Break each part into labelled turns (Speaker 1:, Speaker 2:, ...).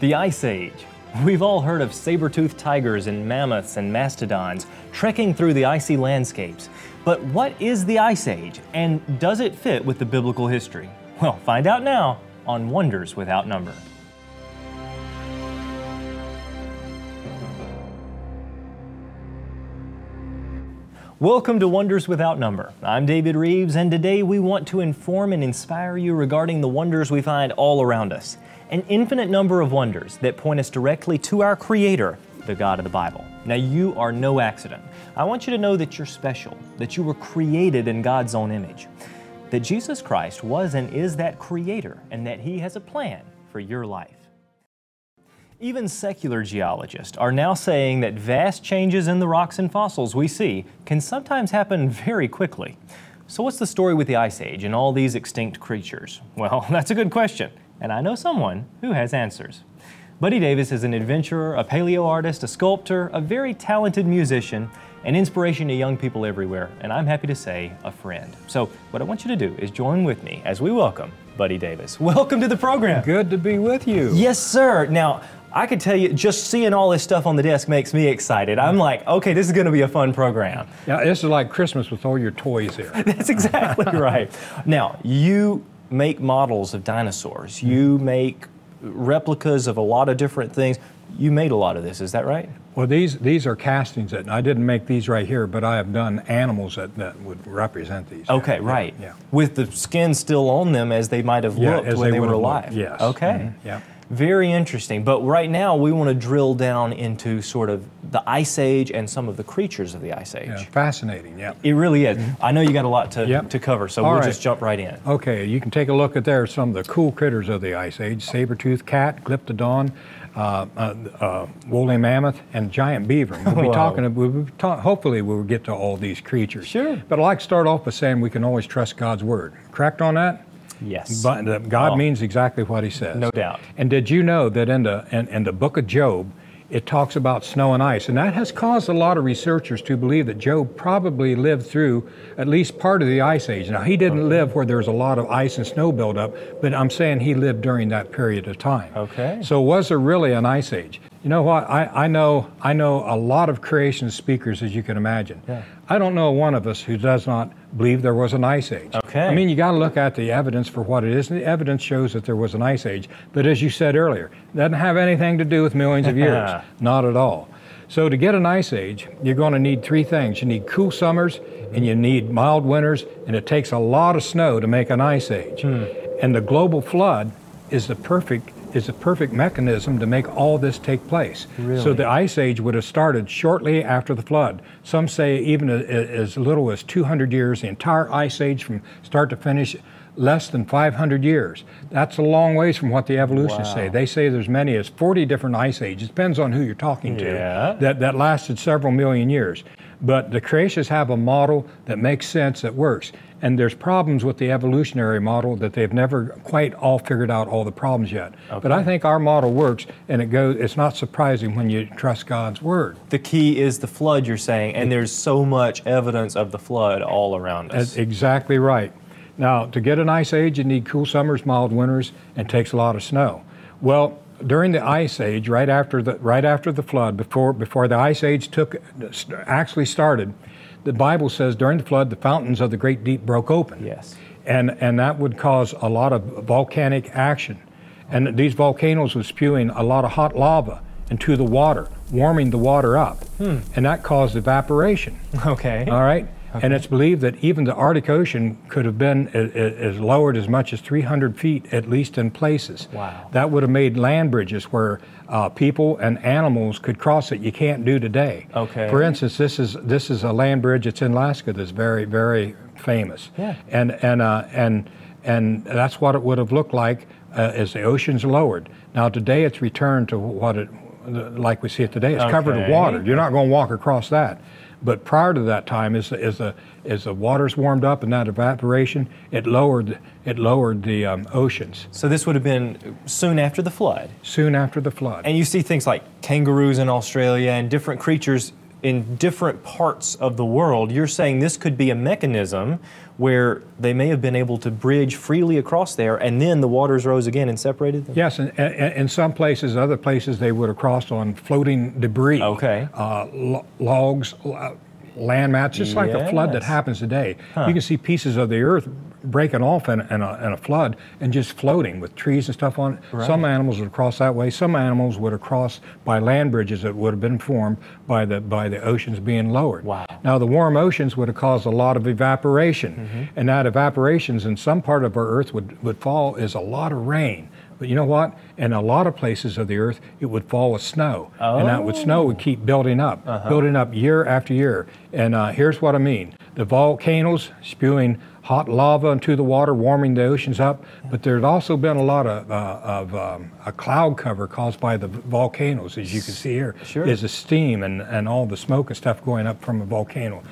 Speaker 1: The Ice Age. We've all heard of saber toothed tigers and mammoths and mastodons trekking through the icy landscapes. But what is the Ice Age, and does it fit with the biblical history? Well, find out now on Wonders Without Number. Welcome to Wonders Without Number. I'm David Reeves, and today we want to inform and inspire you regarding the wonders we find all around us an infinite number of wonders that point us directly to our Creator, the God of the Bible. Now, you are no accident. I want you to know that you're special, that you were created in God's own image, that Jesus Christ was and is that Creator, and that He has a plan for your life. Even secular geologists are now saying that vast changes in the rocks and fossils we see can sometimes happen very quickly. So, what's the story with the Ice Age and all these extinct creatures? Well, that's a good question, and I know someone who has answers. Buddy Davis is an adventurer, a paleo artist, a sculptor, a very talented musician, an inspiration to young people everywhere, and I'm happy to say a friend. So, what I want you to do is join with me as we welcome Buddy Davis. Welcome to the program.
Speaker 2: Good to be with you.
Speaker 1: Yes, sir. Now, I could tell you, just seeing all this stuff on the desk makes me excited. I'm like, okay, this is going to be a fun program.
Speaker 2: Yeah, this is like Christmas with all your toys here.
Speaker 1: That's exactly right. Now, you make models of dinosaurs,
Speaker 2: Mm-hmm.
Speaker 1: you make replicas of a lot of different things. You made a lot of this, is that right?
Speaker 2: Well, these these are castings that I didn't make these right here, but I have done animals that, that would represent these.
Speaker 1: Okay, right.
Speaker 2: yeah.
Speaker 1: With the skin still on them as they might have
Speaker 2: Yeah,
Speaker 1: looked
Speaker 2: as
Speaker 1: when
Speaker 2: they
Speaker 1: they, were
Speaker 2: would have
Speaker 1: alive.
Speaker 2: looked, yes.
Speaker 1: Okay.
Speaker 2: Mhm, yeah.
Speaker 1: Very interesting. But right now, we want to drill down into sort of the Ice Age and some of the creatures of the Ice Age.
Speaker 2: Yeah, fascinating. Yeah.
Speaker 1: It really is. I know you got a lot to,
Speaker 2: Yep.
Speaker 1: to cover, so
Speaker 2: All
Speaker 1: we'll
Speaker 2: right.
Speaker 1: just jump right in.
Speaker 2: Okay, you can take a look at there some of the cool critters of the Ice Age: saber-toothed cat, glyptodon, uh, uh, uh, woolly mammoth, and giant beaver. And We'll be
Speaker 1: Wow.
Speaker 2: talking. We'll be ta- hopefully, we'll get to all these creatures.
Speaker 1: Sure.
Speaker 2: But I like to start off by saying we can always trust God's word. Correct on that?
Speaker 1: Yes.
Speaker 2: But uh, God
Speaker 1: Oh.
Speaker 2: means exactly what He says.
Speaker 1: No doubt.
Speaker 2: And did you know that in the in, in the book of Job, it talks about snow and ice, and that has caused a lot of researchers to believe that Job probably lived through at least part of the ice age. Now he didn't live where there was a lot of ice and snow buildup, but I'm saying he lived during that period of time.
Speaker 1: Okay.
Speaker 2: So was there really an ice age? You know what? I, I know I know a lot of creation speakers, as you can imagine.
Speaker 1: Yeah.
Speaker 2: I don't know one of us who does not believe there was an ice age.
Speaker 1: Okay.
Speaker 2: I mean, you got to look at the evidence for what it is, and the evidence shows that there was an ice age. But as you said earlier, doesn't have anything to do with millions of years. Not at all. So to get an ice age, you're going to need three things. You need cool summers, and you need mild winters, and it takes a lot of snow to make an ice age. And the global flood is the perfect is the perfect mechanism to make all this take place. So the ice age would have started shortly after the flood. Some say even a- a- as little as 200 years, the entire ice age from start to finish less than 500 years. That's a long ways from what the evolutionists say. They say there's many as 40 different ice ages. Depends on who you're talking to
Speaker 1: Yeah.
Speaker 2: that, that lasted several million years. But the creationists have a model that makes sense, that works. And there's problems with the evolutionary model that they've never quite all figured out all the problems yet. But I think our model works, and it goes. It's not surprising when you trust God's word.
Speaker 1: The key is the flood, you're saying, and there's so much evidence of the flood all around us.
Speaker 2: That's exactly right. Now, to get an ice age, you need cool summers, mild winters, and takes a lot of snow. Well, during the ice age, right after the right after the flood, before before the ice age took actually started, the Bible says during the flood the fountains of the great deep broke open
Speaker 1: Yes.
Speaker 2: and and that would cause a lot of volcanic action. And these volcanoes were spewing a lot of hot lava into the water, warming the water up, and that caused evaporation.
Speaker 1: Okay.
Speaker 2: All right. And it's believed that even the Arctic Ocean could have been as, as lowered as much as 300 feet, at least in places.
Speaker 1: Wow.
Speaker 2: That would have made land bridges where uh, people and animals could cross it. You can't do today.
Speaker 1: Okay.
Speaker 2: For instance, this is this is a land bridge. It's in Alaska. That's very very famous.
Speaker 1: Yeah.
Speaker 2: And and uh, and and that's what it would have looked like uh, as the ocean's lowered. Now today it's returned to what it like we see it today. It's covered with
Speaker 1: Okay.
Speaker 2: water. You're not going to walk across that. But prior to that time, as the, as the as the waters warmed up and that evaporation, it lowered it lowered the um, oceans
Speaker 1: So this would have been soon after the flood.
Speaker 2: soon after the flood.
Speaker 1: And you see things like kangaroos in Australia and different creatures in different parts of the world. You're saying this could be a mechanism where they may have been able to bridge freely across there, and then the waters rose again and separated them?
Speaker 2: Yes, and in some places, other places, they would have crossed on floating debris.
Speaker 1: Okay.
Speaker 2: Uh, lo- logs, uh, landmass, just like the flood that
Speaker 1: Yes.
Speaker 2: happens today. You can see pieces of the earth breaking off in, in, a, in a flood and just floating with trees and stuff on it. Some animals would cross that way. Some animals would have crossed by land bridges that would have been formed by the by the oceans being lowered.
Speaker 1: Wow.
Speaker 2: Now the warm oceans would have caused a lot of evaporation,
Speaker 1: Mm-hmm.
Speaker 2: and that evaporations in some part of our earth would, would fall is a lot of rain. But you know what? In a lot of places of the earth, it would fall with snow, and that would snow
Speaker 1: Oh.
Speaker 2: would keep building up,
Speaker 1: Uh-huh.
Speaker 2: building up year after year. And uh, here's what I mean: the volcanoes spewing hot lava into the water, warming the oceans up. But there'd also been a lot of, uh, of um, a cloud cover caused by the v- volcanoes, as you can see here.
Speaker 1: Sure.
Speaker 2: Is the steam and, and all the smoke and stuff going up from a volcano,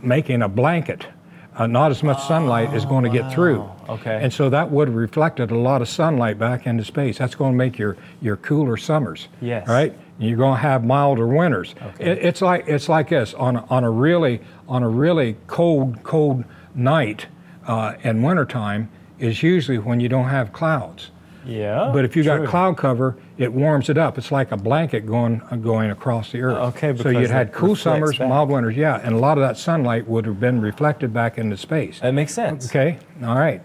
Speaker 2: making a blanket. Uh, not as much sunlight is going to get through.
Speaker 1: Oh, Okay.
Speaker 2: And so that would have reflected a lot of sunlight back into space. That's going to make your, your cooler summers.
Speaker 1: Yes.
Speaker 2: Right? You're going to have milder winters.
Speaker 1: Okay.
Speaker 2: It- it's like it's like this on a, on a really on a really cold cold night uh, in wintertime is usually when you don't have clouds.
Speaker 1: Yeah.
Speaker 2: But if you got
Speaker 1: true.
Speaker 2: cloud cover, it warms it up. It's like a blanket going uh, going across the earth.
Speaker 1: Okay,
Speaker 2: so
Speaker 1: because
Speaker 2: you'd
Speaker 1: it
Speaker 2: had cool
Speaker 1: reflects
Speaker 2: summers,
Speaker 1: back.
Speaker 2: mild winters, yeah, and a lot of that sunlight would have been reflected back into space.
Speaker 1: That makes sense.
Speaker 2: Okay, all right.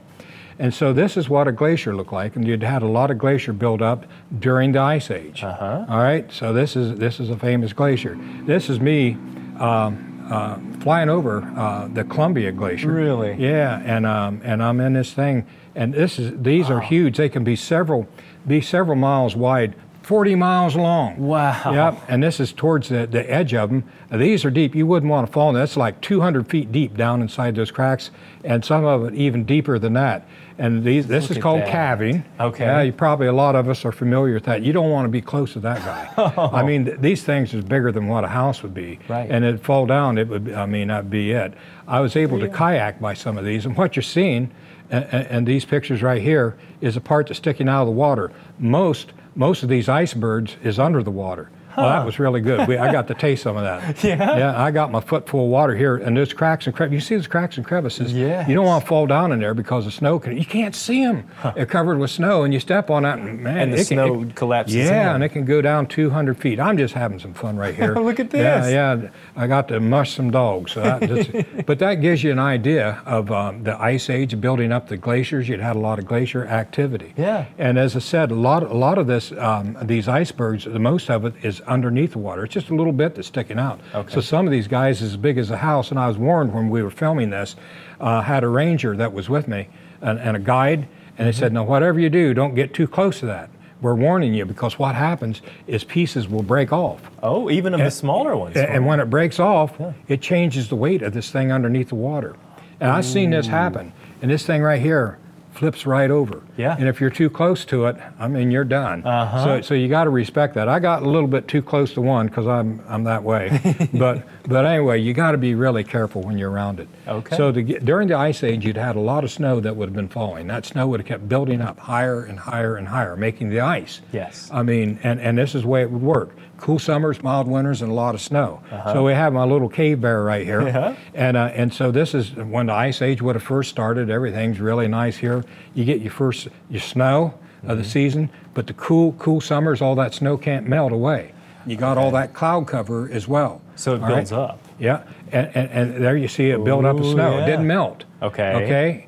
Speaker 2: And so this is what a glacier looked like, and you'd had a lot of glacier buildup during the ice age. Uh-huh. right, so this is this is a famous glacier. This is me um, uh, flying over uh, the Columbia Glacier.
Speaker 1: Really?
Speaker 2: Yeah, and um, and I'm in this thing, and this is these are huge. They can be several, be several miles wide, 40 miles long.
Speaker 1: Wow.
Speaker 2: Yep, and this is towards the, the edge of them. These are deep. You wouldn't want to fall in. That's like 200 feet deep down inside those cracks, and some of it even deeper than that. And these, this is
Speaker 1: at
Speaker 2: called
Speaker 1: that.
Speaker 2: calving.
Speaker 1: Okay.
Speaker 2: Yeah, you probably a lot of us are familiar with that. You don't want to be close to that guy. I mean, th- these things is bigger than what a house would be.
Speaker 1: Oh. Right.
Speaker 2: And it'd fall down. It would. I mean, that'd be it. I was able to kayak by some of these, and what you're seeing, and, and these pictures right here, is a part that's sticking out of the water. Most most of these icebergs is under the water. Well, that was really good. We, I got to taste some of that.
Speaker 1: Yeah?
Speaker 2: Yeah. I got my foot full of water here, and there's cracks and crevices. You see those cracks and crevices. You don't
Speaker 1: Yes.
Speaker 2: want to fall down in there because the snow can. You can't see them. They're covered with snow, and you step on that, and man,
Speaker 1: And the
Speaker 2: it can-
Speaker 1: snow
Speaker 2: it-
Speaker 1: collapses in.
Speaker 2: Yeah, and it can go down 200 feet. I'm just having some fun right here.
Speaker 1: Look at this.
Speaker 2: Yeah, yeah. I got to mush some dogs. So that just, but that gives you an idea of um, the ice age building up the glaciers. You'd had a lot of glacier activity.
Speaker 1: Yeah.
Speaker 2: And as I said, a lot, a lot of this, um, these icebergs, the most of it is underneath the water. It's just a little bit that's sticking out.
Speaker 1: Okay.
Speaker 2: So some of these guys is as big as a house. And I was warned when we were filming this, uh, had a ranger that was with me and, and a guide, and they
Speaker 1: Mm-hmm.
Speaker 2: said, "Now whatever you do, don't get too close to that. We're warning you because what happens is pieces will break off."
Speaker 1: Oh, even
Speaker 2: Eh,
Speaker 1: of the smaller ones.
Speaker 2: A- And when it breaks off, it changes the weight of this thing underneath the water. And I've seen this happen. And this thing right here flips right over.
Speaker 1: Yeah.
Speaker 2: And if you're too close to it, I mean, you're done. Uh-huh. So, so you got to respect that. I got a little bit too close to one because I'm, I'm that way. but, but anyway, you got to be really careful when you're around it.
Speaker 1: Okay.
Speaker 2: So to get, during the ice age, you'd had a lot of snow that would have been falling. That snow would have kept building up higher and higher and higher, making the ice.
Speaker 1: Yes.
Speaker 2: I mean, and, and this is the way it would work. Cool summers, mild winters, and a lot of snow. So we have my little cave bear right here.
Speaker 1: Uh-huh. Yeah.
Speaker 2: And, uh, and so this is when the ice age would have first started. Everything's really nice here. You get your first, your snow of the
Speaker 1: Mm-hmm.
Speaker 2: season, but the cool, cool summers, all that snow can't melt away. You got all that cloud cover as well.
Speaker 1: So it
Speaker 2: All right?
Speaker 1: builds up.
Speaker 2: Yeah, and, and, and there you see it build up
Speaker 1: Ooh,
Speaker 2: of snow.
Speaker 1: yeah.
Speaker 2: It didn't melt.
Speaker 1: Okay.
Speaker 2: Okay.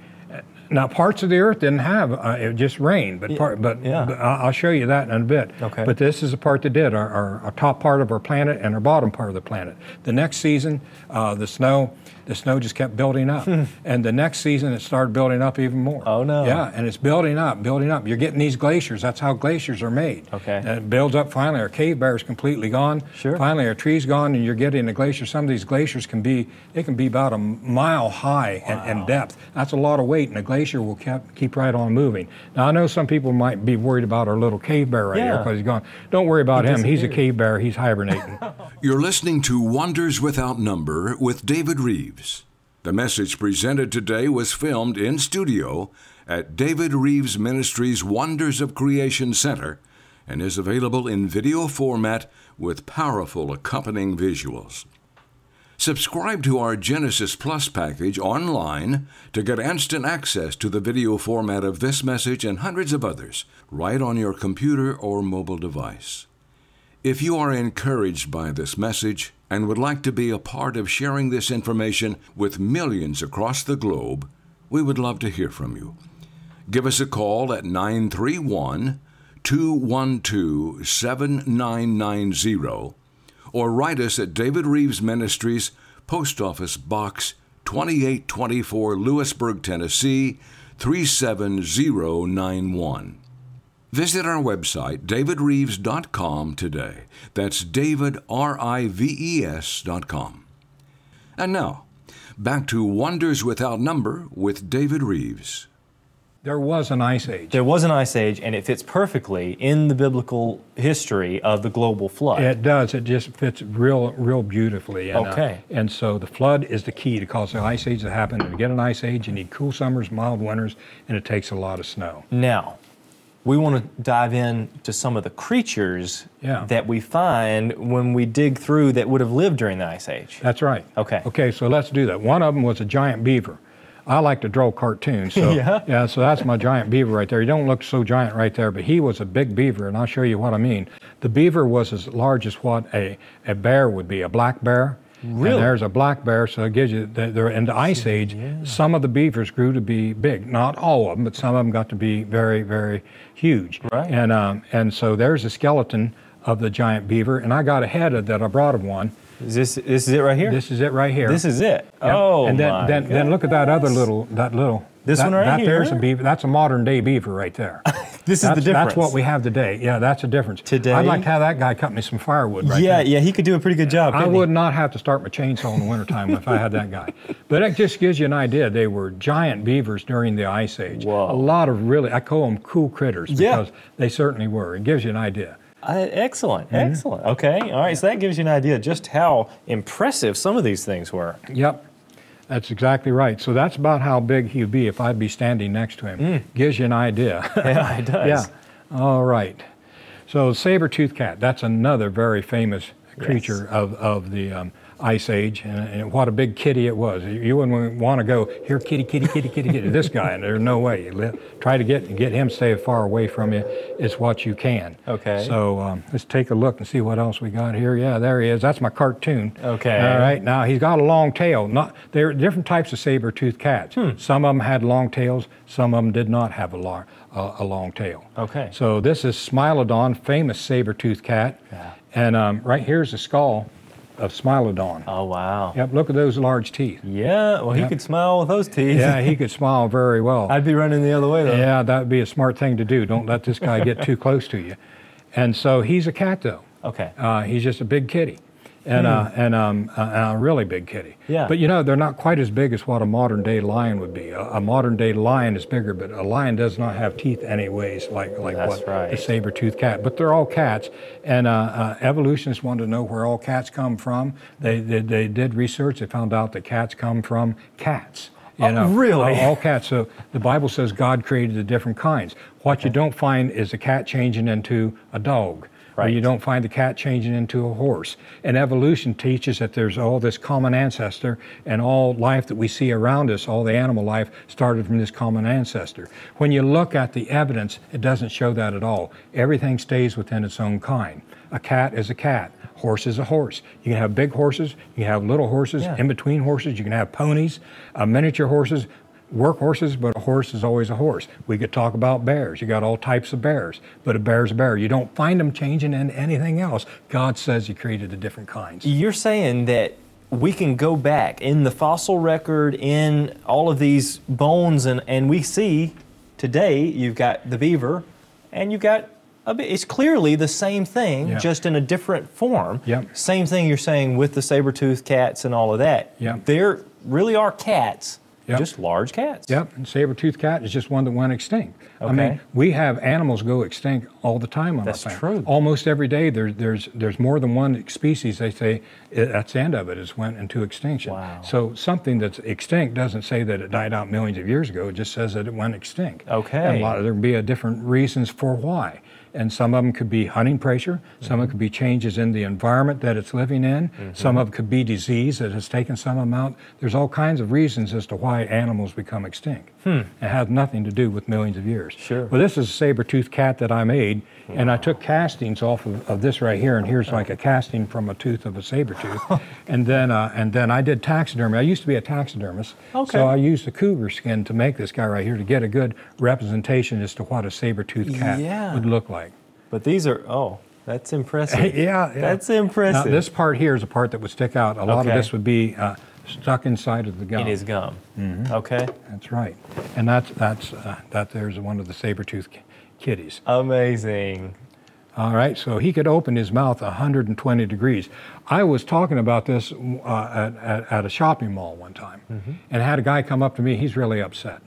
Speaker 2: Now parts of the earth didn't have uh, it just rained, but part, but,
Speaker 1: yeah.
Speaker 2: but I- I'll show you that in a bit.
Speaker 1: Okay.
Speaker 2: But this is the part that did our, our, our top part of our planet and our bottom part of the planet. The next season, uh, the snow, the snow just kept building up, and the next season it started building up even more.
Speaker 1: Hmm. Oh, no.
Speaker 2: Yeah, and it's building up, building up. You're getting these glaciers. That's how glaciers are made.
Speaker 1: Okay.
Speaker 2: And it builds up. Finally, our cave bear is completely gone.
Speaker 1: Sure.
Speaker 2: Finally, our tree's gone, and you're getting a glacier. Some of these glaciers can be they can be about a mile high in- in, depth. That's a lot of weight, and a glacier will keep keep right on moving. Now, I know some people might be worried about our little cave bear right here
Speaker 1: Yeah.
Speaker 2: because he's gone. Don't worry about him. He's a
Speaker 1: disappeared.
Speaker 2: cave bear. He's hibernating.
Speaker 3: You're listening to Wonders Without Number with David Reeves. The message presented today was filmed in studio at David Reeves Ministries Wonders of Creation Center and is available in video format with powerful accompanying visuals. Subscribe to our Genesis Plus package online to get instant access to the video format of this message and hundreds of others right on your computer or mobile device. If you are encouraged by this message and would like to be a part of sharing this information with millions across the globe, we would love to hear from you. Give us a call at 931 212 7990 or write us at David Reeves Ministries, Post Office Box 2824, Lewisburg, Tennessee 37091. Visit our website, davidreeves.com, today. That's David, R I V E S.com. And now, back to Wonders Without Number with David Reeves.
Speaker 2: There was an ice age.
Speaker 1: There was an ice age, and it fits perfectly in the biblical history of the global flood.
Speaker 2: It does. It just fits real, real beautifully. And, uh,
Speaker 1: Okay.
Speaker 2: and so the flood is the key to cause the ice age to happen. And to get an ice age, you need cool summers, mild winters, and it takes a lot of snow.
Speaker 1: Now, we want to dive in to some of the creatures
Speaker 2: Yeah.
Speaker 1: that we find when we dig through that would have lived during the ice age.
Speaker 2: That's right.
Speaker 1: Okay.
Speaker 2: Okay, so let's do that. One of them was a giant beaver. I like to draw cartoons, so
Speaker 1: Yeah.
Speaker 2: so that's my giant beaver right there. He don't look so giant right there, but he was a big beaver, and I'll show you what I mean. The beaver was as large as what a, a bear would be, a black bear.
Speaker 1: Really?
Speaker 2: And there's a black bear, so it gives you the, the in the ice age. Some of the beavers grew to be big, not all of them, but some of them got to be very, very huge.
Speaker 1: Right.
Speaker 2: And um, and so there's a skeleton of the giant beaver, and I got ahead of that. I brought him one.
Speaker 1: Is this this is it right here?
Speaker 2: This is it right here.
Speaker 1: This is it.
Speaker 2: Yep.
Speaker 1: Oh
Speaker 2: and then,
Speaker 1: my
Speaker 2: then, then look at that other little, that little.
Speaker 1: This
Speaker 2: that,
Speaker 1: one right
Speaker 2: that There's a
Speaker 1: here?
Speaker 2: beaver. That's a modern day beaver right there.
Speaker 1: This is the
Speaker 2: That's-
Speaker 1: difference.
Speaker 2: That's what we have today. Yeah, that's the difference.
Speaker 1: Today-
Speaker 2: I'd like to have that guy cut me some firewood right
Speaker 1: yeah,
Speaker 2: there.
Speaker 1: yeah, he could do a pretty good job.
Speaker 2: I
Speaker 1: couldn't he?
Speaker 2: would not have to start my chainsaw in the wintertime if I had that guy. But it just gives you an idea. They were giant beavers during the Ice Age.
Speaker 1: Whoa.
Speaker 2: A lot of really, I call them cool critters
Speaker 1: Yeah.
Speaker 2: because they certainly were. It gives you an idea.
Speaker 1: I, excellent,
Speaker 2: Mm-hmm.
Speaker 1: excellent. Okay, all right. So that gives you an idea just how impressive some of these things were.
Speaker 2: Yep. That's exactly right. So that's about how big he'd be if I'd be standing next to him.
Speaker 1: Mm.
Speaker 2: Gives you an idea.
Speaker 1: Yeah, it does.
Speaker 2: Yeah. All right. So saber-toothed cat, that's another very famous creature of, of the um, Ice Age, and, and what a big kitty it was. You- You wouldn't want to go, here, kitty, kitty, kitty, kitty, kitty, this guy, and there's no way. You li- Try to get, get him stay far away from you is what you can.
Speaker 1: Okay.
Speaker 2: So um, let's take a look and see what else we got here. Yeah, there he is. That's my cartoon.
Speaker 1: Okay.
Speaker 2: All right. Now he's got a long tail. Not there are different types of saber-toothed cats.
Speaker 1: Hmm.
Speaker 2: Some of them had long tails. Some of them did not have a, lar- a, a long tail.
Speaker 1: Okay.
Speaker 2: So this is Smilodon, famous saber-toothed cat.
Speaker 1: Yeah.
Speaker 2: And um, right here's the skull of Smilodon.
Speaker 1: Oh wow.
Speaker 2: Yep. Look at those large teeth.
Speaker 1: Yeah. Well, he could smile with those teeth.
Speaker 2: Yeah, he could smile very well.
Speaker 1: I'd be running the other way though.
Speaker 2: yeah, that would be a smart thing to do. Don't let this guy get too close to you. And so he's a cat though.
Speaker 1: Okay.
Speaker 2: Uh, he's just a big kitty, and uh, and um, a, and a really big kitty.
Speaker 1: Hmm. Yeah.
Speaker 2: But you know they're not quite as big as what a modern day lion would be. A, a modern day lion is bigger, but a lion does not have teeth anyways, like like
Speaker 1: That's
Speaker 2: what
Speaker 1: right.
Speaker 2: a saber toothed cat. But they're all cats, and uh, uh, evolutionists wanted to know where all cats come from. They, they they did research. They found out that cats come from cats. You
Speaker 1: Oh,
Speaker 2: know, Uh,
Speaker 1: really?
Speaker 2: All- all cats. So the Bible says God created the different kinds. What you don't find is a cat changing into a dog. or you
Speaker 1: Right.
Speaker 2: don't find the cat changing into a horse. And evolution teaches that there's all this common ancestor, and all life that we see around us, all the animal life, started from this common ancestor. When you look at the evidence, it doesn't show that at all. Everything stays within its own kind. A cat is a cat. Horse is a horse. You can have big horses, you can have little horses,
Speaker 1: Yeah.
Speaker 2: in between horses, you can have ponies, uh, miniature horses, work horses, but a horse is always a horse. We could talk about bears. You got all types of bears, but a bear's a bear. You don't find them changing into anything else. God says He created the different kinds.
Speaker 1: You're saying that we can go back in the fossil record, in all of these bones, and, and we see today you've got the beaver and you've got a bit. It's clearly the same thing,
Speaker 2: Yeah.
Speaker 1: just in a different form.
Speaker 2: Yep.
Speaker 1: Same thing you're saying with the saber toothed cats and all of that.
Speaker 2: Yep.
Speaker 1: There really are cats,
Speaker 2: Yep.
Speaker 1: just large cats.
Speaker 2: Yep, and saber-toothed cat is just one that went extinct. I mean,
Speaker 1: Okay.
Speaker 2: we have animals go extinct all the time on
Speaker 1: That's
Speaker 2: our
Speaker 1: true.
Speaker 2: planet. Almost every day, there's there's there's more than one species. They say "I- that's the end of it. It's went into extinction.
Speaker 1: Wow.
Speaker 2: So something that's extinct doesn't say that it died out millions of years ago. It just says that it went extinct.
Speaker 1: Okay.
Speaker 2: And a lot of there can be a different reasons for why. and some of them could be hunting pressure, some of it could be changes in the environment that it's living in, some of it could be disease that has taken some amount. There's all kinds of reasons as to why animals become extinct. It has nothing to do with millions of years.
Speaker 1: Hmm. Sure.
Speaker 2: Well, this is a saber-toothed cat that I made, and I took castings off of, of this right here, and here's like a casting from a tooth of a saber tooth, and then uh, and then I did taxidermy. I used to be a taxidermist,
Speaker 1: Okay.
Speaker 2: so I used the cougar skin to make this guy right here to get a good representation as to what a saber-toothed cat
Speaker 1: Yeah.
Speaker 2: would look like.
Speaker 1: But these are, oh, that's impressive.
Speaker 2: yeah, yeah.
Speaker 1: That's impressive.
Speaker 2: Now, this part here is a part that would stick out. A lot
Speaker 1: Okay.
Speaker 2: of this would be uh, stuck inside of the gum.
Speaker 1: in his gum.
Speaker 2: Mm-hmm.
Speaker 1: Okay.
Speaker 2: That's right, and that's that's uh, that. There's one of the saber-toothed ki- kitties.
Speaker 1: Amazing.
Speaker 2: All right, so he could open his mouth 120 degrees. I was talking about this uh, at, at, at a shopping mall one time, and had a guy come up to me. He's really upset,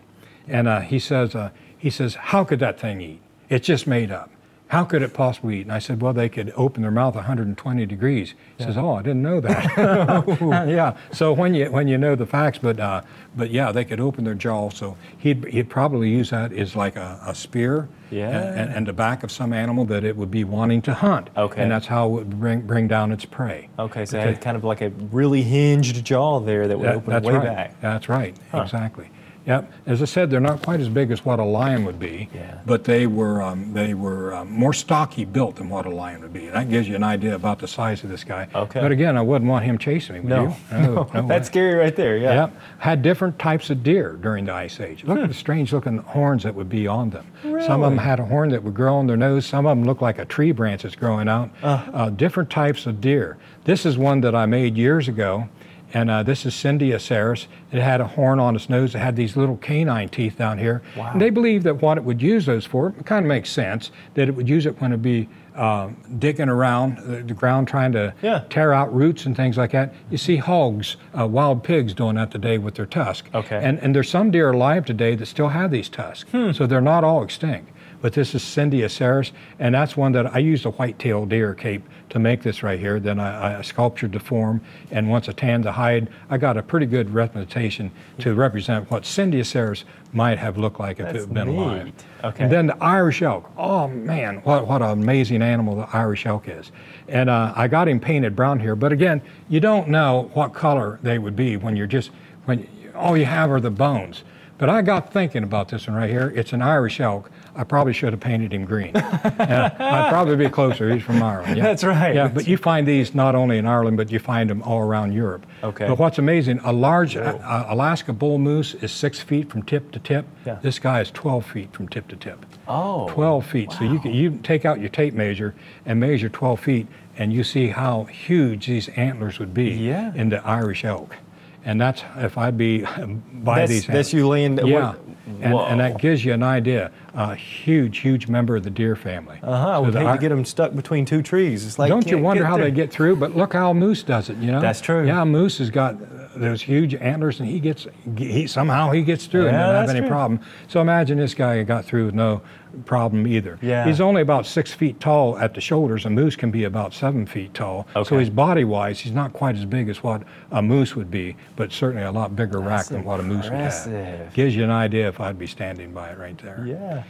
Speaker 2: and uh, he says, uh, "He says, how could that thing eat? It's just made up. How could it possibly eat?" And I said, "Well, they could open their mouth 120 degrees." He says, "Oh, I didn't know that." yeah. So when you when you know the facts, but uh, but yeah, they could open their jaw. So he'd he'd probably use that as like a, a spear.
Speaker 1: Yeah.
Speaker 2: and- and, and the back of some animal that it would be wanting to hunt.
Speaker 1: Okay.
Speaker 2: And that's how it would bring, bring down its prey.
Speaker 1: Okay, so it had kind of like a really hinged jaw there that would
Speaker 2: That-
Speaker 1: open
Speaker 2: that's
Speaker 1: way
Speaker 2: right.
Speaker 1: back.
Speaker 2: That's right. Exactly. Yep. As I said, they're not quite as big as what a lion would be,
Speaker 1: Yeah.
Speaker 2: but they were um, they were um, more stocky built than what a lion would be. That gives you an idea about the size of this guy.
Speaker 1: Okay.
Speaker 2: But again, I wouldn't want him chasing me. Would
Speaker 1: No,
Speaker 2: you?
Speaker 1: no, that's
Speaker 2: Oh, way.
Speaker 1: scary right there. Yeah. Hmm.
Speaker 2: Yep. Had different types of deer during the Ice Age. Look at the strange looking horns that would be on them. Some of them had a horn that would grow on their nose. Some of them looked like a tree branch that's growing out. Uh, different types of deer. This is one that I made years ago. And uh, this is Cyndiaceras. It had a horn on its nose. It had these little canine teeth down here.
Speaker 1: Wow.
Speaker 2: And they believed that what it would use those for, it kind of makes sense, that it would use it when it'd be um, digging around uh, the, the ground trying to
Speaker 1: Yeah.
Speaker 2: tear out roots and things like that. You see hogs, uh, wild pigs doing that today with their tusk.
Speaker 1: Okay. Hmm.
Speaker 2: And, and there's some deer alive today that still have these tusks. So they're not all extinct. But this is Cyndiaceras, and that's one that I used a white-tailed deer cape to make this right here. Then I, I sculptured the form, and once I tanned the hide, I got a pretty good representation to represent what Cyndiaceras might have looked like if
Speaker 1: That's
Speaker 2: it had been alive.
Speaker 1: neat. Okay.
Speaker 2: And then the Irish elk. Oh man, what, what an amazing animal the Irish elk is. And uh, I got him painted brown here, but again, you don't know what color they would be when you're just when all you have are the bones. But I got thinking about this one right here. It's an Irish elk. I probably should have painted him green. Yeah, I'd probably be closer. He's from Ireland. yeah.
Speaker 1: That's right.
Speaker 2: Yeah, but you find these not only in Ireland, but you find them all around Europe.
Speaker 1: Okay.
Speaker 2: But what's amazing, a large uh, uh, Alaska bull moose is six feet from tip to tip.
Speaker 1: Yeah.
Speaker 2: This guy is 12 feet from tip to tip.
Speaker 1: Oh,
Speaker 2: 12 feet. So you can, you take out your tape measure and measure 12 feet, and you see how huge these antlers would be
Speaker 1: Yeah.
Speaker 2: in the Irish elk. And that's if I'd be by
Speaker 1: That's,
Speaker 2: these.
Speaker 1: that's you laying.
Speaker 2: Yeah,
Speaker 1: what-
Speaker 2: and,
Speaker 1: Whoa.
Speaker 2: and that gives you an idea. A huge, huge member of the deer family.
Speaker 1: Uh-huh. I
Speaker 2: So
Speaker 1: would
Speaker 2: the
Speaker 1: hate to
Speaker 2: ir-
Speaker 1: get them stuck between two trees. It's like
Speaker 2: Don't you
Speaker 1: can't
Speaker 2: wonder how
Speaker 1: through.
Speaker 2: they get through? But look how Moose does it. You know.
Speaker 1: That's true.
Speaker 2: Yeah, Moose has got uh, those huge antlers, and he gets he somehow he gets through and
Speaker 1: Yeah,
Speaker 2: doesn't have
Speaker 1: that's
Speaker 2: any
Speaker 1: true.
Speaker 2: problem. So imagine this guy got through with no problem either.
Speaker 1: Yeah.
Speaker 2: He's only about six feet tall at the shoulders. A moose can be about seven feet tall.
Speaker 1: Okay.
Speaker 2: So he's body wise, he's not quite as big as what a moose would be, but certainly a lot bigger rack than what a moose would
Speaker 1: impressive.
Speaker 2: have. Gives you an idea if I'd be standing by it right there.
Speaker 1: Yeah.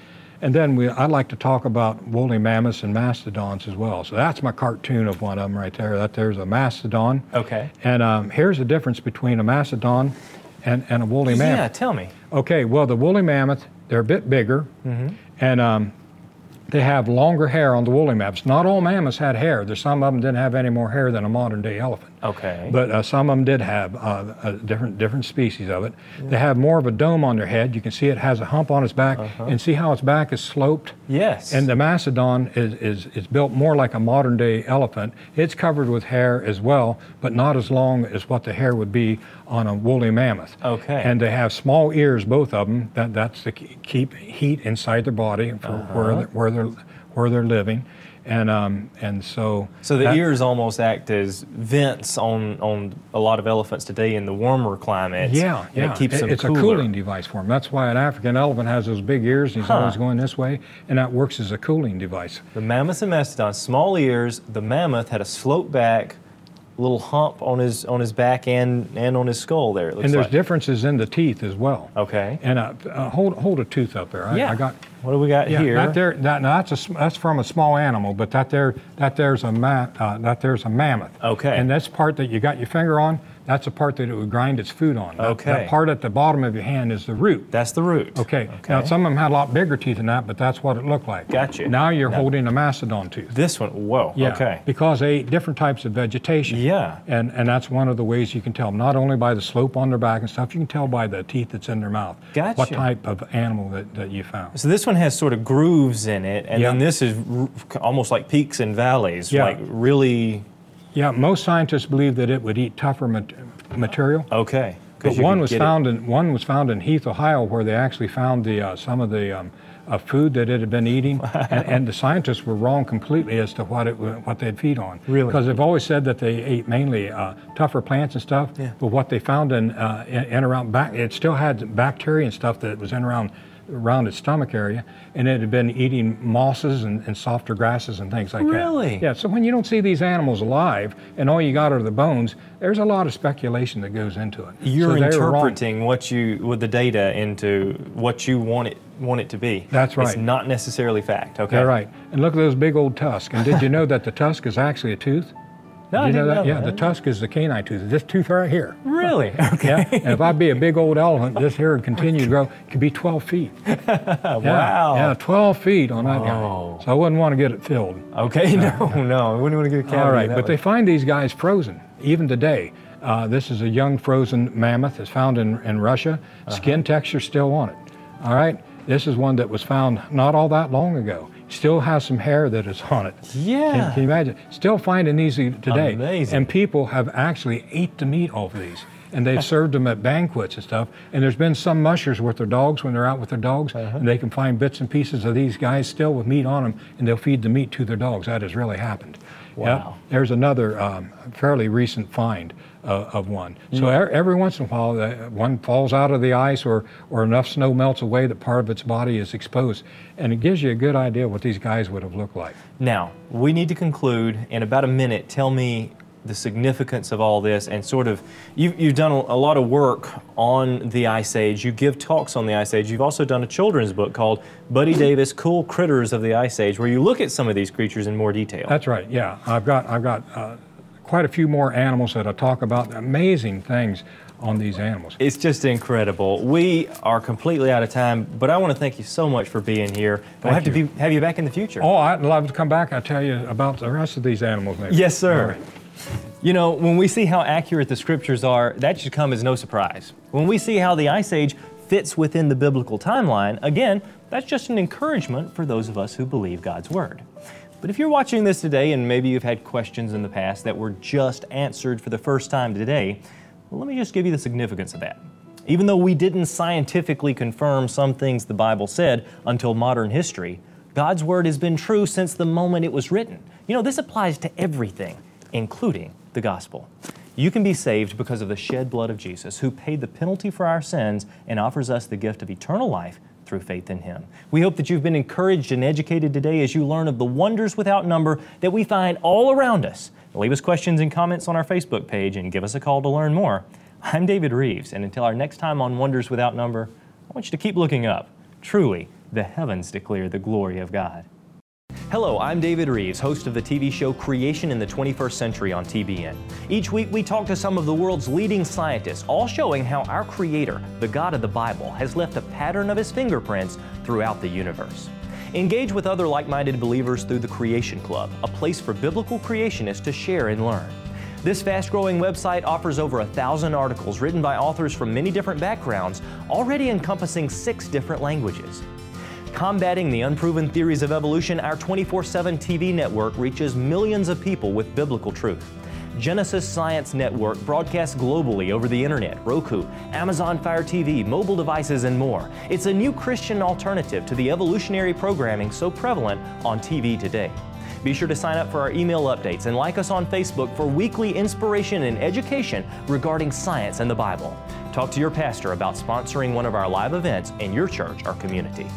Speaker 2: And then we, I'd like to talk about woolly mammoths and mastodons as well. So that's my cartoon of one of them right there. That there's a mastodon.
Speaker 1: Okay.
Speaker 2: And um, here's the difference between a mastodon and, and a woolly
Speaker 1: Yeah.
Speaker 2: mammoth.
Speaker 1: Tell me.
Speaker 2: Okay, well, the woolly mammoth, they're a bit bigger,
Speaker 1: Mm-hmm.
Speaker 2: and um, they have longer hair on the woolly mammoths. Not all mammoths had hair. There's some of them didn't have any more hair than a modern day elephant.
Speaker 1: Okay.
Speaker 2: But uh, some of them did have uh, uh, different different species of it. They have more of a dome on their head. You can see it has a hump on its back,
Speaker 1: Uh-huh.
Speaker 2: and see how its back is sloped.
Speaker 1: yes.
Speaker 2: And uh, the mastodon is, is, is built more like a modern day elephant. It's covered with hair as well, but not as long as what the hair would be on a woolly mammoth.
Speaker 1: Okay.
Speaker 2: And they have small ears, both of them. That, that's to ke- keep heat inside their body for
Speaker 1: Uh-huh.
Speaker 2: where, they're, where, they're, where they're living. And, um, and so.
Speaker 1: so the
Speaker 2: that-
Speaker 1: ears almost act as vents on on a lot of elephants today in the warmer climates.
Speaker 2: Yeah,
Speaker 1: and
Speaker 2: yeah.
Speaker 1: It keeps
Speaker 2: It-
Speaker 1: them
Speaker 2: it's
Speaker 1: cooler.
Speaker 2: a cooling device for him. That's why an African elephant has those big ears and he's always going this way, and that works as a cooling device.
Speaker 1: The mammoths and mastodons, small ears. The mammoth had a slope back, little hump on his on his back and and on his skull. There, it looks
Speaker 2: And there's
Speaker 1: like.
Speaker 2: differences in the teeth as well.
Speaker 1: Okay.
Speaker 2: And uh, uh, hold hold a tooth up there. I,
Speaker 1: Yeah.
Speaker 2: I got
Speaker 1: What do we got
Speaker 2: Yeah,
Speaker 1: here?
Speaker 2: that there, that, now that's a, sm- that's from a small animal, but that there, that there's a ma, uh, that there's a mammoth.
Speaker 1: Okay.
Speaker 2: And that's part that you got your finger on. That's the part that it would grind its food on. That-
Speaker 1: Okay.
Speaker 2: That part at the bottom of your hand is the root.
Speaker 1: That's the root.
Speaker 2: Okay. Now some of them had a lot bigger teeth than that, but that's what it looked like.
Speaker 1: Gotcha.
Speaker 2: Now you're
Speaker 1: Now-
Speaker 2: holding a mastodon tooth.
Speaker 1: This one. Whoa.
Speaker 2: Yeah,
Speaker 1: Okay.
Speaker 2: Because they ate different types of vegetation.
Speaker 1: Yeah.
Speaker 2: And and that's one of the ways you can tell them. Not only by the slope on their back and stuff, you can tell by the teeth that's in their mouth. What
Speaker 1: Gotcha.
Speaker 2: type of animal that, that you found.
Speaker 1: So this one has sort of grooves in it, and then
Speaker 2: Yeah.
Speaker 1: this is r- almost like peaks and valleys,
Speaker 2: Yeah.
Speaker 1: like really
Speaker 2: Yeah, most scientists believe that it would eat tougher mat- material.
Speaker 1: okay. 'cause
Speaker 2: But
Speaker 1: you
Speaker 2: one
Speaker 1: could
Speaker 2: was
Speaker 1: get it-
Speaker 2: found in one was found in Heath, Ohio, where they actually found the uh, some of the um, uh, food that it had been eating, and, and the scientists were wrong completely as to what it wa- what they'd feed on.
Speaker 1: Really?
Speaker 2: Because they've always said that they ate mainly uh, tougher plants and stuff. Yeah. But what they found in uh, in, in around back, it still had bacteria and stuff that was in around around its stomach area, and it had been eating mosses and, and softer grasses and things like that.
Speaker 1: Really?
Speaker 2: Yeah. So when you don't see these animals alive, and all you got are the bones, there's a lot of speculation that goes into it.
Speaker 1: You're
Speaker 2: So they were wrong.
Speaker 1: interpreting what you with the data into what you want it want it to be.
Speaker 2: That's
Speaker 1: It's
Speaker 2: right.
Speaker 1: not necessarily fact. Okay.
Speaker 2: All right. And look at those big old tusks. And did you know that the tusk is actually a tooth?
Speaker 1: No, I
Speaker 2: Did you
Speaker 1: didn't know
Speaker 2: Yeah,
Speaker 1: that.
Speaker 2: the tusk is the canine tooth. This tooth right here.
Speaker 1: Really? Okay.
Speaker 2: Yeah. and if I be a big old elephant, this here would continue to grow. It could be 12 feet. Yeah,
Speaker 1: Wow. Oh.
Speaker 2: Yeah, 12 feet on that
Speaker 1: Wow.
Speaker 2: guy. So I wouldn't want to get it filled.
Speaker 1: Okay. No, no. I wouldn't want to get a cavity.
Speaker 2: All right,
Speaker 1: that
Speaker 2: but
Speaker 1: way.
Speaker 2: they find these guys frozen, even today. Uh, this is a young frozen mammoth. It's found in, in Russia.
Speaker 1: Uh-huh.
Speaker 2: Skin texture still on it. All right, this is one that was found not all that long ago. Still has some hair that is on it.
Speaker 1: Yeah.
Speaker 2: Can, can you imagine? Still finding these today.
Speaker 1: Amazing.
Speaker 2: And people have actually ate the meat off of these. And they've served them at banquets and stuff. And there's been some mushers with their dogs when they're out with their dogs, and they can find bits and pieces of these guys still with meat on them, and they'll feed the meat to their dogs. That has really happened. Yep.
Speaker 1: Wow.
Speaker 2: There's another um, fairly recent find uh, of one. So e- every once in a while, uh, one falls out of the ice, or or enough snow melts away that part of its body is exposed, and it gives you a good idea what these guys would have looked like.
Speaker 1: Now, we need to conclude in about a minute. Tell me the significance of all this and sort of, you've, you've done a lot of work on the Ice Age. You give talks on the Ice Age. You've also done a children's book called
Speaker 2: Mm-hmm.
Speaker 1: Buddy Davis Cool Critters of the Ice Age, where you look at some of these creatures in more detail.
Speaker 2: That's right. Yeah, I've got I've got uh, quite a few more animals that I talk about. Amazing things on these animals.
Speaker 1: It's just incredible. We are completely out of time, but I want to thank you so much for being here. we'll have to
Speaker 2: you.
Speaker 1: be, have you back in the future.
Speaker 2: Oh, I'd love to come back. I will tell you about the rest of these animals. Maybe.
Speaker 1: Yes,
Speaker 2: All
Speaker 1: sir.
Speaker 2: right.
Speaker 1: You know, when we see how accurate the scriptures are, that should come as no surprise. When we see how the Ice Age fits within the biblical timeline, again, that's just an encouragement for those of us who believe God's Word. But if you're watching this today and maybe you've had questions in the past that were just answered for the first time today, well, let me just give you the significance of that. Even though we didn't scientifically confirm some things the Bible said until modern history, God's Word has been true since the moment it was written. You know, this applies to everything, including the gospel. You can be saved because of the shed blood of Jesus, who paid the penalty for our sins and offers us the gift of eternal life through faith in Him. We hope that you've been encouraged and educated today as you learn of the wonders without number that we find all around us. Leave us questions and comments on our Facebook page and give us a call to learn more. I'm David Reeves, and until our next time on Wonders Without Number, I want you to keep looking up. Truly, the heavens declare the glory of God. Hello, I'm David Reeves, host of the TV show Creation in the 21st Century on TBN. Each week, we talk to some of the world's leading scientists, all showing how our Creator, the God of the Bible, has left a pattern of his fingerprints throughout the universe. Engage with other like minded believers through the Creation Club, a place for biblical creationists to share and learn. This fast growing website offers over a thousand articles written by authors from many different backgrounds, already encompassing six different languages. Combating the unproven theories of evolution, our 24 7 TV network reaches millions of people with biblical truth. Genesis Science Network broadcasts globally over the internet, Roku, Amazon Fire TV, mobile devices, and more. It's a new Christian alternative to the evolutionary programming so prevalent on TV today. Be sure to sign up for our email updates and like us on Facebook for weekly inspiration and education regarding science and the Bible. Talk to your pastor about sponsoring one of our live events in your church or community.